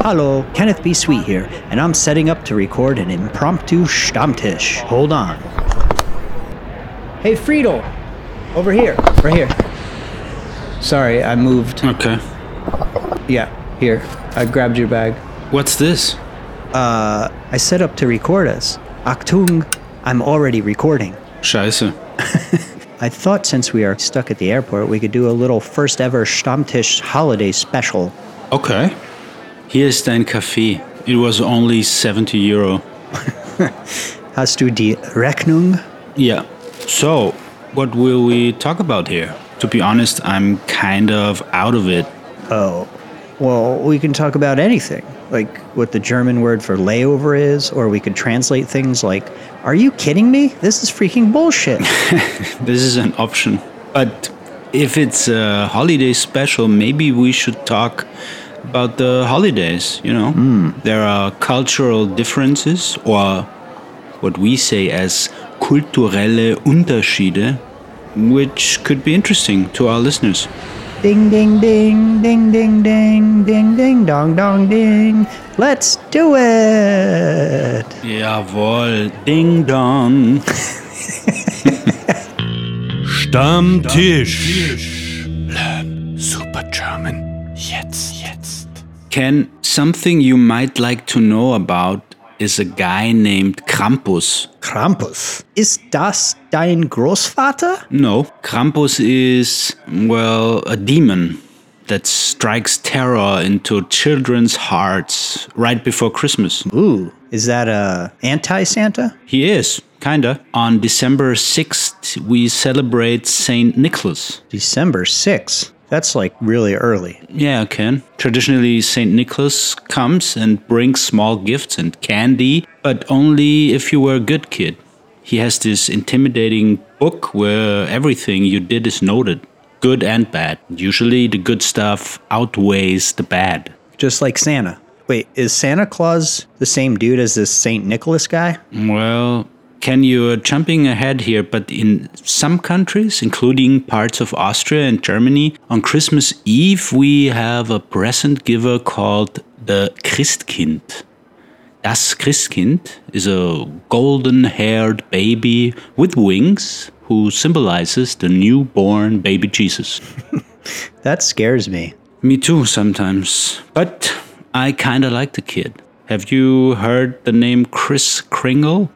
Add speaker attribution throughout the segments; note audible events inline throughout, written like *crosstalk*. Speaker 1: Hello, Kenneth B. Sweet here, and I'm setting up to record an impromptu Stammtisch. Hold on. Hey, Friedel! Over here, right here. Sorry, I moved.
Speaker 2: Okay.
Speaker 1: Yeah, here. I grabbed your bag.
Speaker 2: What's this?
Speaker 1: Uh, I set up to record us. Achtung, I'm already recording.
Speaker 2: Scheiße.
Speaker 1: I thought since we are stuck at the airport, we could do a little first ever Stammtisch holiday special.
Speaker 2: Okay. Hier ist dein Kaffee. It was only 70 Euro.
Speaker 1: Hast du die Rechnung?
Speaker 2: Yeah. So, what will we talk about here? To be honest, I'm kind of out of it.
Speaker 1: Oh, well, we can talk about anything, like what the German word for layover is, or we could translate things like, Are you kidding me? This is freaking bullshit.
Speaker 2: This is an option. But if it's a holiday special, maybe we should talk about the holidays, you know? There are cultural differences or what we say as kulturelle Unterschiede, which could be interesting to our listeners.
Speaker 1: ding, ding, ding, ding, ding, ding, ding, ding, dong, dong, ding. Let's do it.
Speaker 2: Jawohl, ding dong.
Speaker 3: Stammtisch. Learn Super German. Jetzt, jetzt.
Speaker 2: Ken, something you might like to know about is a guy named Krampus.
Speaker 1: Krampus. Ist das dein Großvater?
Speaker 2: No, Krampus is, well, a demon that strikes terror into children's hearts right before Christmas.
Speaker 1: Ooh, is that a anti Santa?
Speaker 2: He is, kinda. On December 6th, we celebrate Saint Nicholas.
Speaker 1: December 6th. That's like really early.
Speaker 2: Yeah, Ken. Traditionally, Saint Nicholas comes and brings small gifts and candy, but only if you were a good kid. He has this intimidating book where everything you did is noted, good and bad. Usually, the good stuff outweighs the bad.
Speaker 1: just like Santa. Wait, is Santa Claus the same dude as this St. Nicholas guy?
Speaker 2: Well, Ken, you're jumping ahead here, but in some countries, including parts of Austria and Germany, on Christmas Eve we have a present giver called the Christkind. Das Christkind is a golden haired baby with wings who symbolizes the newborn baby Jesus.
Speaker 1: That scares me. *laughs*
Speaker 2: Me too, sometimes. But I kinda like the kid. Have you heard the name Chris Kringle?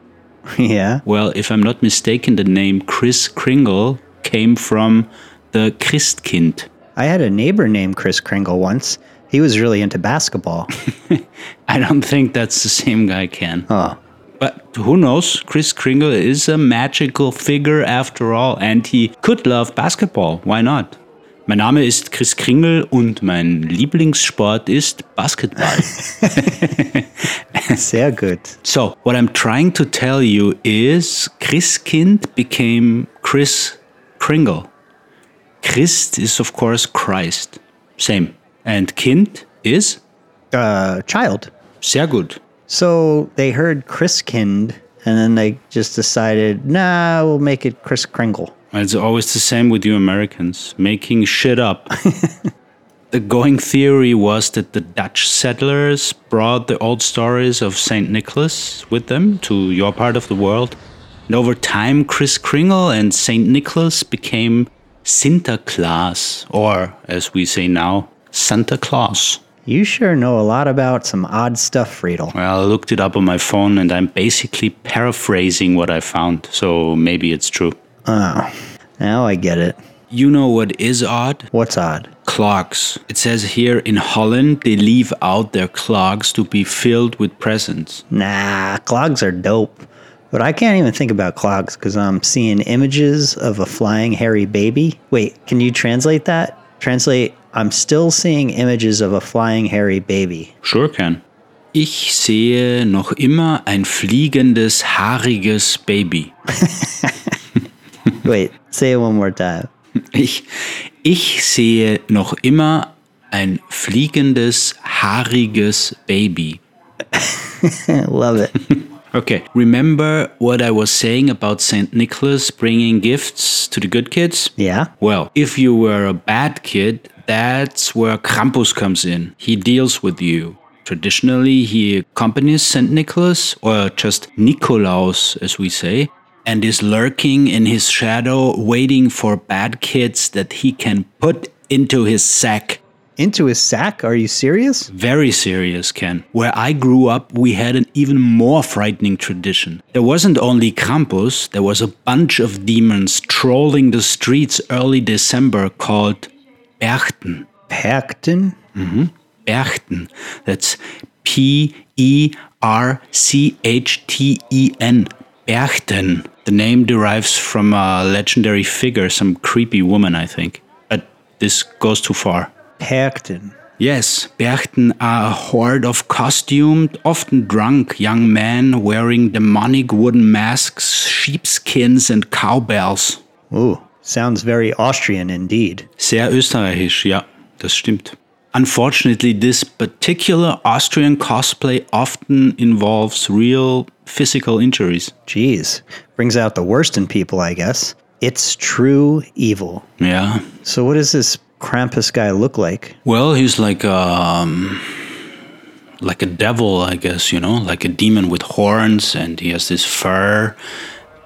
Speaker 1: yeah.
Speaker 2: Well, if I'm not mistaken, the name Chris Kringle came from the Christkind.
Speaker 1: I had a neighbor named Chris Kringle once. He was really into basketball.
Speaker 2: I don't *laughs* think that's the same guy, Ken.
Speaker 1: Huh.
Speaker 2: But who knows? Chris Kringle is a magical figure after all, and he could love basketball. Why not? Mein Name ist Chris Kringle und mein Lieblingssport ist Basketball.
Speaker 1: *laughs* Sehr gut.
Speaker 2: so, what I'm trying to tell you is Christkind became Chris Kringle. Christ is, of course, Christ. Same. And Kind is?
Speaker 1: Uh, child.
Speaker 2: Sehr gut.
Speaker 1: So they heard Chriskind, and then they just decided, nah, we'll make it Chris Kringle.
Speaker 2: It's always the same with you Americans, making shit up. the going theory was that the Dutch settlers brought the old stories of St. Nicholas with them to your part of the world. And over time, Chris Kringle and St. Nicholas became Sinterklaas, or as we say now, Santa Claus.
Speaker 1: You sure know a lot about some odd stuff, Friedel.
Speaker 2: Well, I looked it up on my phone and I'm basically paraphrasing what I found, so maybe it's true.
Speaker 1: Now I get it.
Speaker 2: You know what is odd?
Speaker 1: What's odd?
Speaker 2: clogs. It says here in Holland they leave out their clogs to be filled with presents.
Speaker 1: Nah, clogs are dope. But I can't even think about clogs because I'm seeing images of a flying hairy baby. Wait, can you translate that? Translate, I'm still seeing images of a flying hairy baby.
Speaker 2: Sure can. Ich sehe noch immer ein fliegendes haariges Baby.
Speaker 1: Wait, say it one more time. *laughs*
Speaker 2: Ich ich sehe noch immer ein fliegendes haariges Baby.
Speaker 1: Love it.
Speaker 2: Okay, remember what I was saying about St. Nicholas bringing gifts to the good kids?
Speaker 1: Yeah?
Speaker 2: Well, if you were a bad kid, that's where Krampus comes in. He deals with you. Traditionally, he accompanies St. Nicholas, or just Nikolaus, as we say, and is lurking in his shadow, waiting for bad kids that he can put into his sack.
Speaker 1: Into his sack? Are you serious?
Speaker 2: Very serious, Ken. Where I grew up, we had an even more frightening tradition. There wasn't only Krampus, there was a bunch of demons trolling the streets early December called Berchten.
Speaker 1: Pacton?
Speaker 2: Berchten. That's P E R C H T E N. Berchten. The name derives from a legendary figure, some creepy woman, I think. But this goes too far.
Speaker 1: Pacton.
Speaker 2: Yes, Berchten are a horde of costumed, often drunk young men wearing demonic wooden masks, sheepskins, and cowbells.
Speaker 1: Ooh, sounds very Austrian indeed.
Speaker 2: Sehr österreichisch, ja, das stimmt. Unfortunately, this particular Austrian cosplay often involves real physical injuries.
Speaker 1: Jeez. Brings out the worst in people, I guess. It's true evil.
Speaker 2: Yeah.
Speaker 1: So, what does this Krampus guy look like?
Speaker 2: Well, he's like um like a devil, I guess, you know, like a demon with horns and he has this fur,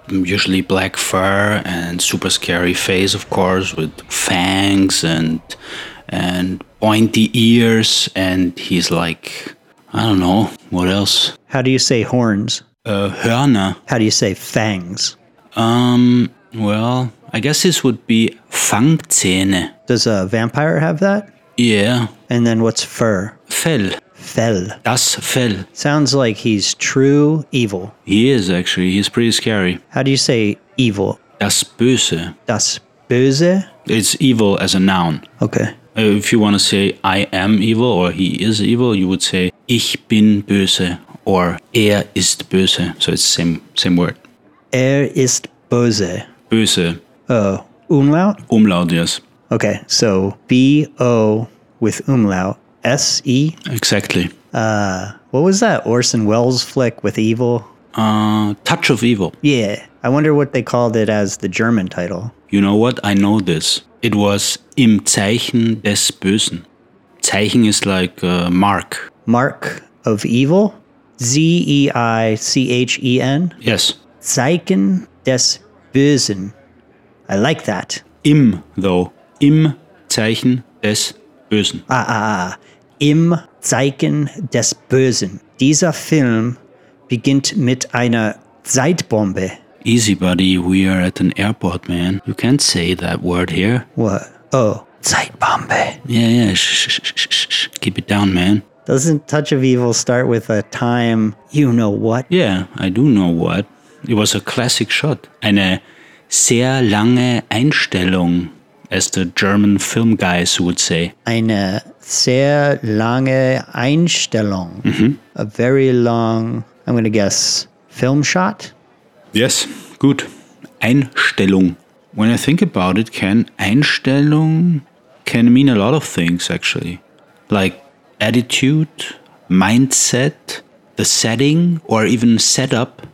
Speaker 2: usually black fur and super scary face, of course, with fangs and and pointy ears and he's like I don't know, what else?
Speaker 1: How do you say horns?
Speaker 2: Uh Hörner.
Speaker 1: How do you say fangs?
Speaker 2: Um well, I guess this would be Fangzähne.
Speaker 1: Does a vampire have that?
Speaker 2: Yeah.
Speaker 1: And then what's fur?
Speaker 2: Fell.
Speaker 1: Fell.
Speaker 2: Das Fell.
Speaker 1: Sounds like he's true evil.
Speaker 2: He is actually. He's pretty scary.
Speaker 1: How do you say evil?
Speaker 2: Das Böse.
Speaker 1: Das Böse?
Speaker 2: It's evil as a noun.
Speaker 1: Okay.
Speaker 2: Uh, If you want to say I am evil or he is evil, you would say ich bin böse or er ist böse. So it's same same word.
Speaker 1: Er ist böse.
Speaker 2: Böse.
Speaker 1: Oh, umlaut?
Speaker 2: Umlaut, yes.
Speaker 1: Okay, so B O with umlaut. S E.
Speaker 2: Exactly.
Speaker 1: What was that Orson Welles flick with evil?
Speaker 2: Uh, touch of evil.
Speaker 1: Yeah. I wonder what they called it as the German title.
Speaker 2: You know what? I know this. It was im Zeichen des Bösen. Zeichen is like uh, mark.
Speaker 1: Mark of Evil? Z E I C H E N?
Speaker 2: Yes.
Speaker 1: Zeichen des Bösen. I like that.
Speaker 2: Im, though. Im Zeichen des Bösen.
Speaker 1: Im Zeichen des Bösen. Dieser Film beginnt mit einer Zeitbombe.
Speaker 2: Easy, buddy. We are at an airport, man. You can't say that word here.
Speaker 1: What? Oh, Zeitbombe.
Speaker 2: Yeah, yeah. Shh, shh, shh, shh, shh, shh. Keep it down, man.
Speaker 1: Doesn't Touch of Evil start with a time, you know what?
Speaker 2: Yeah, I do know what. It was a classic shot. Eine sehr lange Einstellung, as the German film guys would say.
Speaker 1: Eine sehr lange Einstellung. A very long, I'm going to guess, film shot?
Speaker 2: Yes, good. Einstellung. When I think about it, can Einstellung can mean a lot of things actually, like attitude, mindset, the setting, or even setup.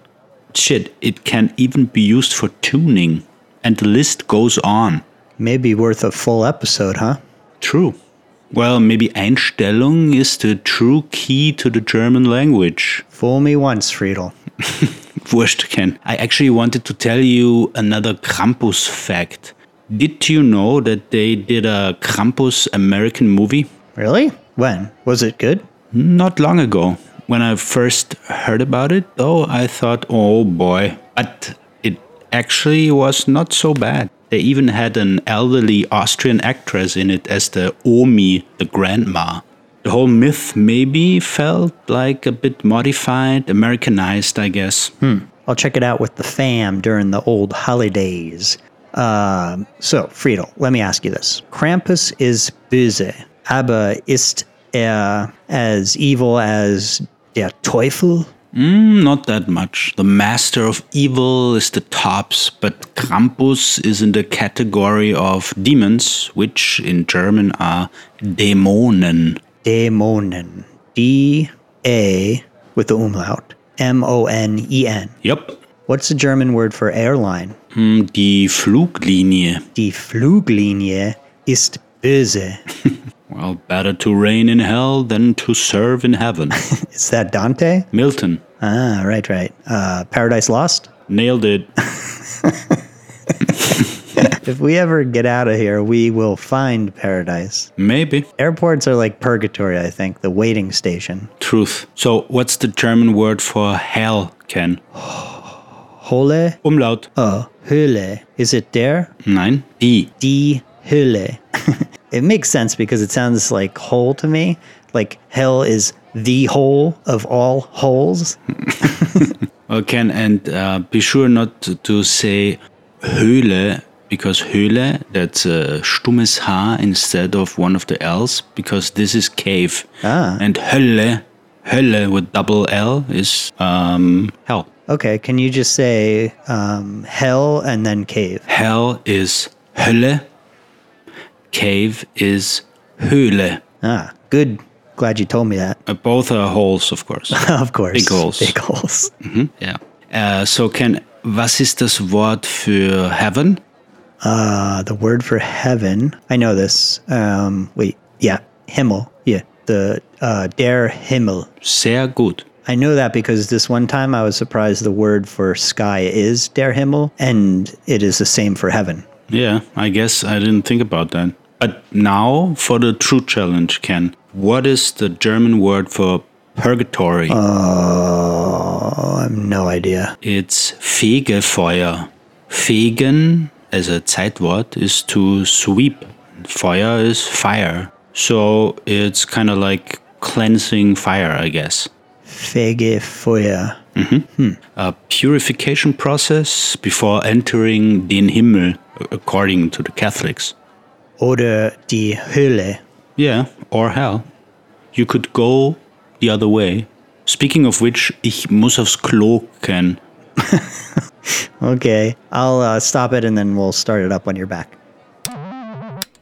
Speaker 2: Shit, it can even be used for tuning, and the list goes on.
Speaker 1: Maybe worth a full episode, huh?
Speaker 2: True. Well, maybe Einstellung is the true key to the German language.
Speaker 1: Fool me once, Friedel.
Speaker 2: Wurscht, Ken. I actually wanted to tell you another Krampus fact. Did you know that they did a Krampus American movie?
Speaker 1: Really? When? Was it good?
Speaker 2: Not long ago. When I first heard about it, though, I thought, oh boy. But it actually was not so bad. They even had an elderly Austrian actress in it as the Omi, the grandma. The whole myth maybe felt like a bit modified, Americanized, I guess.
Speaker 1: I'll check it out with the fam during the old holidays. Um, so, Friedel, let me ask you this. Krampus is böse, aber ist er as evil as der Teufel?
Speaker 2: Not that much. The master of evil is the tops, but Krampus is in the category of demons, which in German are Dämonen.
Speaker 1: Dämonen. D-A with the umlaut. M-O-N-E-N.
Speaker 2: Yep.
Speaker 1: E What's the German word for airline?
Speaker 2: Mm, Die Fluglinie.
Speaker 1: Die Fluglinie ist böse.
Speaker 2: Well, better to reign in hell than to serve in heaven.
Speaker 1: Is that Dante?
Speaker 2: Milton
Speaker 1: Ah, right, right. Uh, Paradise Lost?
Speaker 2: nailed it.
Speaker 1: If we ever get out of here, we will find paradise.
Speaker 2: Maybe.
Speaker 1: Airports are like purgatory, I think, the waiting station.
Speaker 2: Truth. So, what's the German word for hell, Ken?
Speaker 1: Hole?
Speaker 2: Umlaut.
Speaker 1: Oh, Höhle. Is it there?
Speaker 2: Nein. Die.
Speaker 1: Die Höhle. *laughs* it makes sense because it sounds like hole to me. Like hell is the hole of all holes.
Speaker 2: Well, Ken, and uh, be sure not to, to say Höhle because Höhle, that's a stummes H instead of one of the L's because this is cave.
Speaker 1: Ah.
Speaker 2: And Hölle, Hölle with double L is um, hell.
Speaker 1: Okay, can you just say um, hell and then cave?
Speaker 2: Hell is Hölle, cave is Höhle.
Speaker 1: Ah, good. Glad you told me that. *laughs*
Speaker 2: Uh, both are holes, of course.
Speaker 1: Of course.
Speaker 2: Big holes.
Speaker 1: Big holes.
Speaker 2: Mhm, Ja. Äh, so, Ken, was ist das Wort für heaven?
Speaker 1: Uh, the word for heaven. I know this. Um, wait, yeah, Himmel. Yeah, the uh, der Himmel.
Speaker 2: Sehr gut.
Speaker 1: I know that because this one time I was surprised the word for sky is der Himmel, and it is the same for heaven.
Speaker 2: Yeah, I guess I didn't think about that. But now for the true challenge, Ken. What is the German word for purgatory?
Speaker 1: Oh, I have no idea.
Speaker 2: it's Fegefeuer. Fegen as a Zeitwort is to sweep. Feuer is fire. So it's kind of like cleansing fire, I guess.
Speaker 1: Fege Feuer.
Speaker 2: A purification process before entering den Himmel, according to the Catholics.
Speaker 1: Oder die Höhle.
Speaker 2: Yeah, or hell. You could go the other way. Speaking of which, ich muss aufs Klo, Ken.
Speaker 1: Okay, I'll uh, stop it and then we'll start it up when you're back.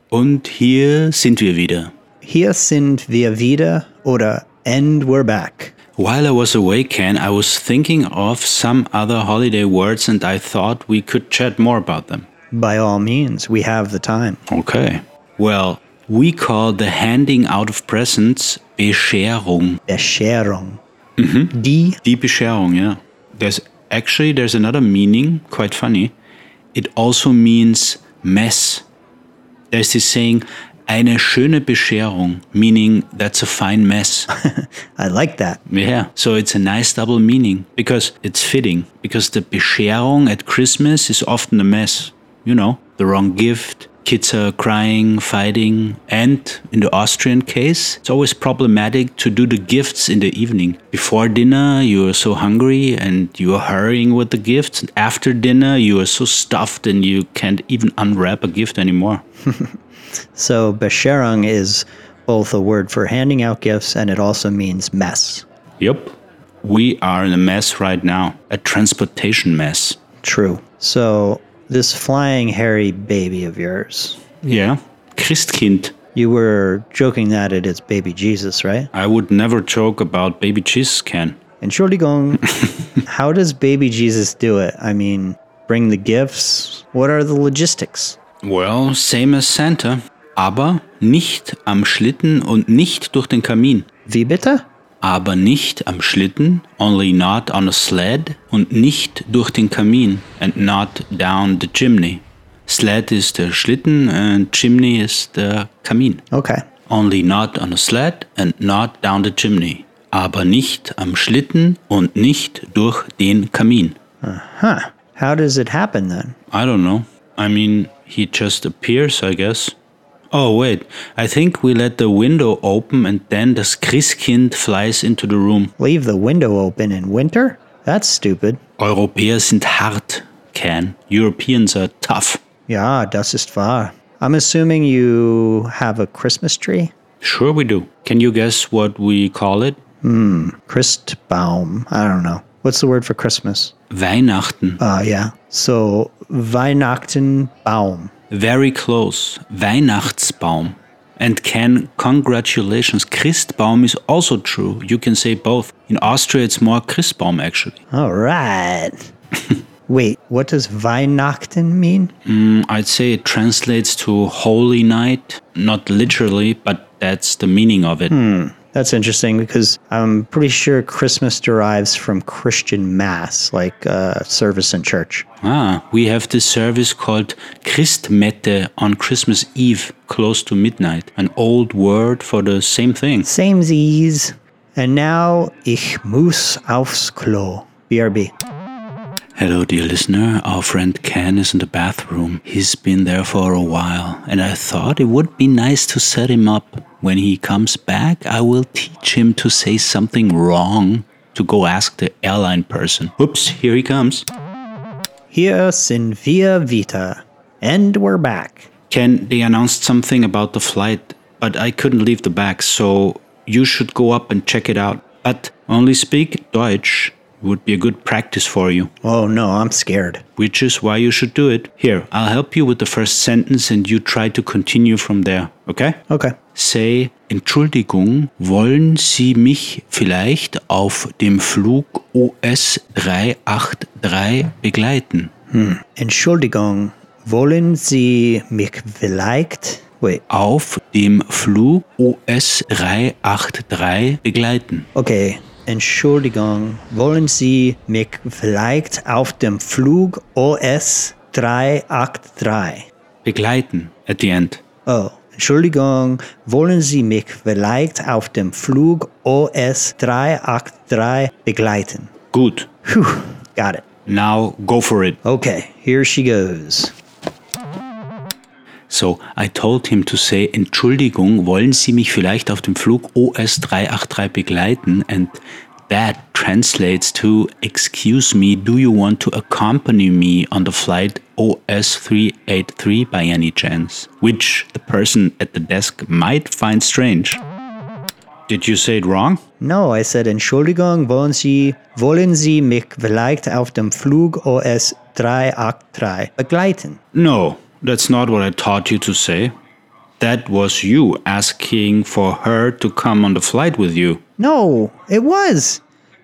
Speaker 2: Und hier sind wir wieder.
Speaker 1: Hier sind wir wieder, oder and we're back.
Speaker 2: While I was away, Ken, I was thinking of some other holiday words and I thought we could chat more about them.
Speaker 1: By all means, we have the time.
Speaker 2: Okay. Well, we call the handing out of presents Bescherung.
Speaker 1: Bescherung. Die
Speaker 2: Die Bescherung, yeah. There's actually there's another meaning, quite funny. It also means mess. There's this saying, eine schöne Bescherung, meaning that's a fine mess.
Speaker 1: I like that.
Speaker 2: yeah. So it's a nice double meaning because it's fitting. Because the Bescherung at Christmas is often a mess. You know, the wrong gift, kids are crying, fighting, and in the Austrian case, it's always problematic to do the gifts in the evening. Before dinner, you are so hungry and you are hurrying with the gifts. And after dinner, you are so stuffed and you can't even unwrap a gift anymore.
Speaker 1: So Bescherung is both a word for handing out gifts and it also means mess.
Speaker 2: Yep. We are in a mess right now, a transportation mess.
Speaker 1: True. So this flying hairy baby of yours,
Speaker 2: Yeah. Christkind.
Speaker 1: you were joking that it is baby Jesus, right?
Speaker 2: I would never joke about baby cheese can.
Speaker 1: Entschuldigung, how does baby Jesus do it? I mean, bring the gifts? What are the logistics?
Speaker 2: Well, same as Santa. Aber nicht am Schlitten und nicht durch den Kamin.
Speaker 1: Wie bitte?
Speaker 2: Aber nicht am Schlitten, only not on a sled und nicht durch den Kamin and not down the chimney. Sled is der Schlitten and chimney is der Kamin.
Speaker 1: Okay.
Speaker 2: Only not on a sled and not down the chimney. Aber nicht am Schlitten und nicht durch den Kamin.
Speaker 1: Huh. How does it happen then?
Speaker 2: I don't know. I mean, he just appears, I guess. Oh, wait. I think we let the window open and then the Christkind flies into the room.
Speaker 1: Leave the window open in winter? That's stupid.
Speaker 2: Europäer sind hart, Ken. Europeans are tough.
Speaker 1: Yeah, das ist wahr. I'm assuming you have a Christmas tree?
Speaker 2: Sure, we do. Can you guess what we call it?
Speaker 1: Christbaum. I don't know. What's the word for Christmas?
Speaker 2: Weihnachten.
Speaker 1: Uh, yeah. So, Weihnachtenbaum.
Speaker 2: Very close. Weihnachtsbaum. And Ken, congratulations. Christbaum is also true. You can say both. In Austria, it's more Christbaum, actually.
Speaker 1: All right. *laughs* Wait, what does Weihnachten mean?
Speaker 2: I'd say it translates to holy night, not literally, but That's the meaning of it.
Speaker 1: That's interesting because I'm pretty sure Christmas derives from Christian mass, like uh, service in church.
Speaker 2: Ah, we have this service called Christmette on Christmas Eve, close to midnight. An old word for the same thing.
Speaker 1: Same Z's. And now ich muss aufs Klo. BRB.
Speaker 2: Hello, dear listener. Our friend Ken is in the bathroom. He's been there for a while, and I thought it would be nice to set him up. When he comes back, I will teach him to say something wrong to go ask the airline person. Oops, here he comes.
Speaker 1: Hier sind wir wieder. And we're back.
Speaker 2: Ken, they announced something about the flight, but I couldn't leave the back, so you should go up and check it out. But only speak Deutsch would be a good practice for you.
Speaker 1: Oh no, I'm scared.
Speaker 2: which is why you should do it. Here, I'll help you with the first sentence and you try to continue from there, okay?
Speaker 1: Okay.
Speaker 2: Say, Entschuldigung, wollen Sie mich vielleicht auf dem Flug OS 383 begleiten?
Speaker 1: Entschuldigung, wollen Sie mich vielleicht? Wait.
Speaker 2: Auf dem Flug OS 383 begleiten.
Speaker 1: Okay. Entschuldigung, wollen Sie mich vielleicht auf dem Flug OS 383?
Speaker 2: Begleiten at the end.
Speaker 1: Oh, Entschuldigung, wollen Sie mich vielleicht auf dem Flug OS 383 begleiten?
Speaker 2: Good.
Speaker 1: Phew, got it.
Speaker 2: Now go for it.
Speaker 1: Okay, here she goes.
Speaker 2: So I told him to say, Entschuldigung, wollen Sie mich vielleicht auf dem Flug OS 383 begleiten? And that translates to, excuse me, do you want to accompany me on the flight OS 383 by any chance? Which the person at the desk might find strange. Did you say it wrong?
Speaker 1: No, I said Entschuldigung, wollen Sie, wollen Sie mich vielleicht auf dem Flug OS 383 begleiten?
Speaker 2: No, that's not what I taught you to say. That was you asking for her to come on the flight with you.
Speaker 1: No, it was.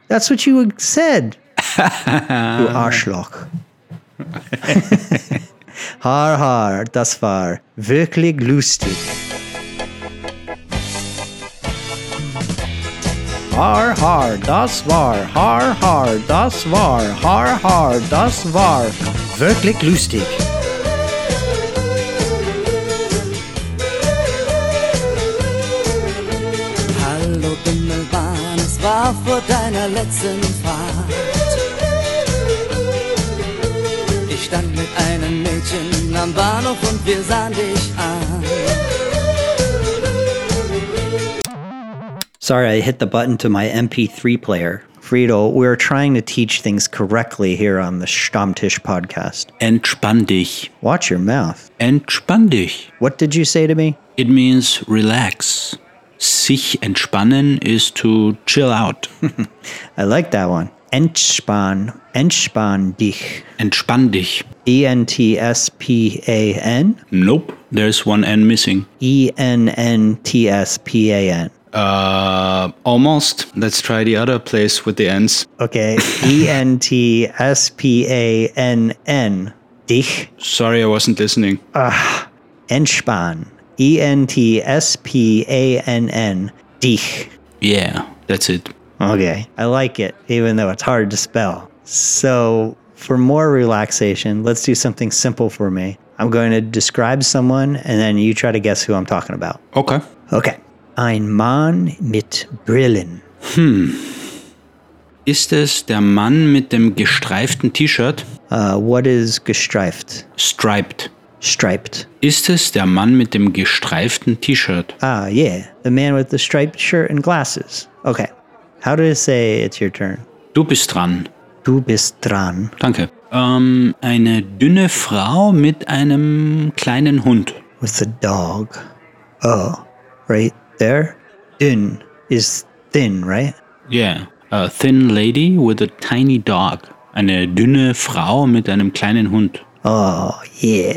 Speaker 1: That's what you *laughs* said. du Arschloch. *laughs* har har, das war wirklich lustig. Har har, das war, har har, das war, har har, das war wirklich lustig.
Speaker 4: Hallo Bimmelbahn, es war vor deiner letzten Fahrt. Ich stand mit einem Mädchen am Bahnhof und wir sahen dich an.
Speaker 1: Sorry, I hit the button to my MP3 player. Friedel, we're trying to teach things correctly here on the Stammtisch podcast.
Speaker 2: Entspann dich.
Speaker 1: Watch your mouth.
Speaker 2: Entspann dich.
Speaker 1: What did you say to me?
Speaker 2: It means relax. Sich entspannen is to chill *laughs* out.
Speaker 1: I like that one. Entspan, entspan dich.
Speaker 2: Entspann dich.
Speaker 1: E N T S P A N,
Speaker 2: Nope, there's one N missing.
Speaker 1: E N N T S P A N.
Speaker 2: Uh, almost. Let's try the other place with the N's.
Speaker 1: Okay, E N T S P A N N, dich.
Speaker 2: Sorry, I wasn't listening.
Speaker 1: Entspan, E N T S P A N N, dich.
Speaker 2: yeah, that's it.
Speaker 1: Okay. I like it, even though it's hard to spell. So, for more relaxation, let's do something simple for me. I'm going to describe someone and then you try to guess who I'm talking about.
Speaker 2: Okay.
Speaker 1: Okay. Ein Mann mit Brillen.
Speaker 2: Ist es der Mann mit dem gestreiften T-Shirt?
Speaker 1: Uh, what is gestreift?
Speaker 2: Striped.
Speaker 1: Striped.
Speaker 2: Ist es der Mann mit dem gestreiften T-Shirt?
Speaker 1: Ah, yeah. The man with the striped shirt and glasses. Okay. How do I say it's your turn?
Speaker 2: Du bist dran.
Speaker 1: Du bist dran.
Speaker 2: Danke. Ähm, eine dünne Frau mit einem kleinen Hund.
Speaker 1: with the dog. Oh, right there. Dün is thin, right?
Speaker 2: Yeah. A thin lady with a tiny dog. Eine dünne Frau mit einem kleinen Hund.
Speaker 1: Oh, yeah.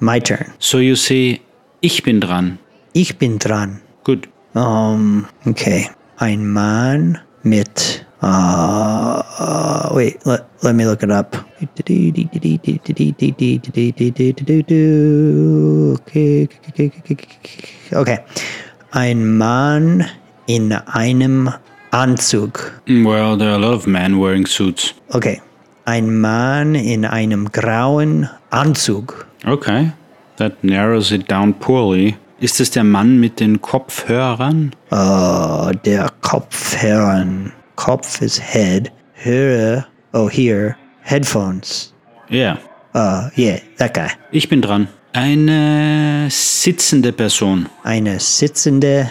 Speaker 1: My turn.
Speaker 2: So you say, ich bin dran.
Speaker 1: Ich bin dran.
Speaker 2: Good.
Speaker 1: Um, okay. Ein Mann mit. Uh, uh, wait, let, let me look it up. Okay. Okay. Ein Mann in einem Anzug.
Speaker 2: Well, there are a lot of men wearing suits.
Speaker 1: Okay. Ein Mann in einem grauen Anzug.
Speaker 2: Okay, that narrows it down poorly. Ist es der Mann mit den Kopfhörern?
Speaker 1: Oh, der Kopfhörer. Kopf is head. Höre, oh, here, headphones.
Speaker 2: Ja,
Speaker 1: Uh, yeah, that guy.
Speaker 2: ich bin dran. Eine sitzende Person.
Speaker 1: Eine sitzende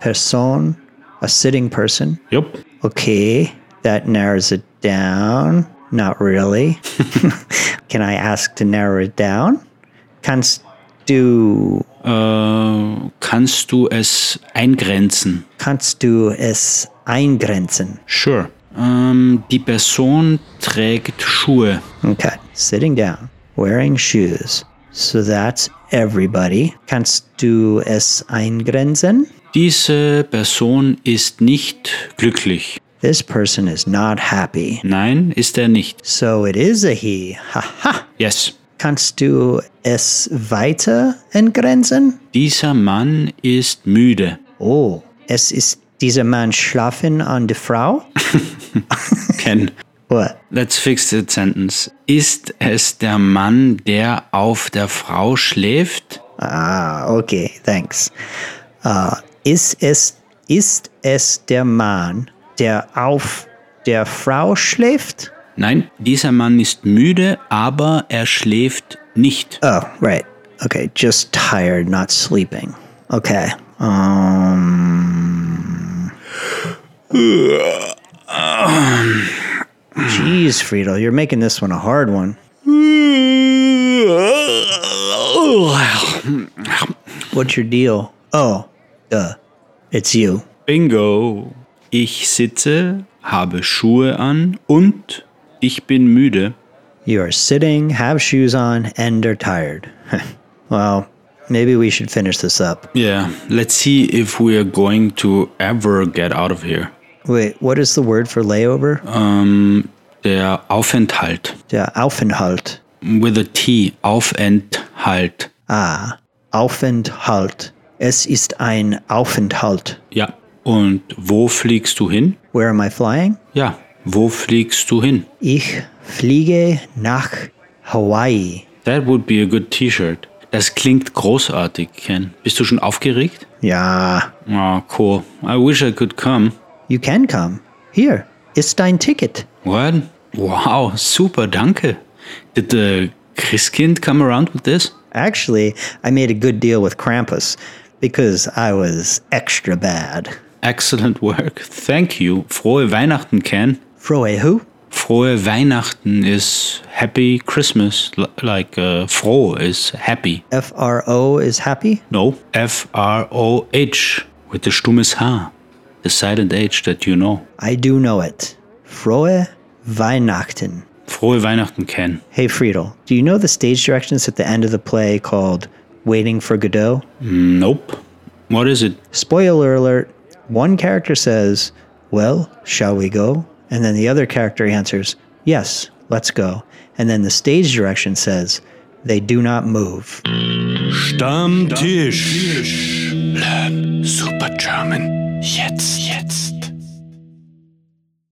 Speaker 1: Person, a sitting person.
Speaker 2: Jupp.
Speaker 1: Okay, that narrows it down. Not really. *laughs* Can I ask to narrow it down? Kannst du,
Speaker 2: Äh, kannst du es eingrenzen?
Speaker 1: kannst du es eingrenzen?
Speaker 2: Sure. Ähm, die Person trägt Schuhe.
Speaker 1: Okay, sitting down, wearing shoes. So that's everybody. Kannst du es eingrenzen?
Speaker 2: Diese Person ist nicht glücklich.
Speaker 1: This person is not happy.
Speaker 2: Nein, ist er nicht.
Speaker 1: So it is a he. Haha.
Speaker 2: Yes.
Speaker 1: Kannst du es weiter eingrenzen?
Speaker 2: Dieser Mann ist müde.
Speaker 1: Oh, es ist dieser Mann schlafen an die Frau?
Speaker 2: Ken,
Speaker 1: What?
Speaker 2: let's fix that sentence. Ist es der Mann, der auf der Frau schläft?
Speaker 1: Ah, okay, thanks. Uh, ist, es, ist es der Mann, der auf der Frau schläft?
Speaker 2: Nein, dieser Mann ist müde, aber er schläft nicht.
Speaker 1: Oh, right. Okay, just tired, not sleeping. Okay. Um. Jeez, Friedel, you're making this one a hard one. What's your deal? Oh, duh. It's you.
Speaker 2: Bingo. Ich sitze, habe Schuhe an und ich bin müde.
Speaker 1: You are sitting, have shoes on, and are tired. *laughs* well, maybe we should finish this up.
Speaker 2: Yeah, let's see if we are going to ever get out of here.
Speaker 1: Wait, what is the word for layover?
Speaker 2: Ähm, der Aufenthalt.
Speaker 1: Der Aufenthalt.
Speaker 2: With a T. Aufenthalt.
Speaker 1: Aufenthalt. Es ist ein Aufenthalt.
Speaker 2: Ja. Und wo fliegst du hin?
Speaker 1: Where am I flying?
Speaker 2: Ja. Wo fliegst du hin?
Speaker 1: Ich fliege nach Hawaii.
Speaker 2: That would be a good T-Shirt. Das klingt großartig, Ken. Bist du schon aufgeregt?
Speaker 1: Ja,
Speaker 2: Ah, cool. I wish I could come.
Speaker 1: you can come. Here, ist dein Ticket.
Speaker 2: What? Wow, super, danke. Did the Christkind come around with this?
Speaker 1: Actually, I made a good deal with Krampus because I was extra bad.
Speaker 2: Excellent work. Thank you. Frohe Weihnachten, Ken.
Speaker 1: Frohe who?
Speaker 2: Frohe Weihnachten is Happy Christmas. L- like uh, froh is happy.
Speaker 1: F R O is happy.
Speaker 2: No, F R O H with the stummes H, the silent H that you know.
Speaker 1: I do know it. Frohe Weihnachten.
Speaker 2: Frohe Weihnachten, Ken.
Speaker 1: Hey Friedel, do you know the stage directions at the end of the play called Waiting for Godot?
Speaker 2: Nope. What is it?
Speaker 1: Spoiler alert one character says, Well, shall we go? And then the other character answers, Yes, let's go. And then the stage direction says, They do not move.
Speaker 3: Stammtisch. Learn Super German. Jetzt, jetzt.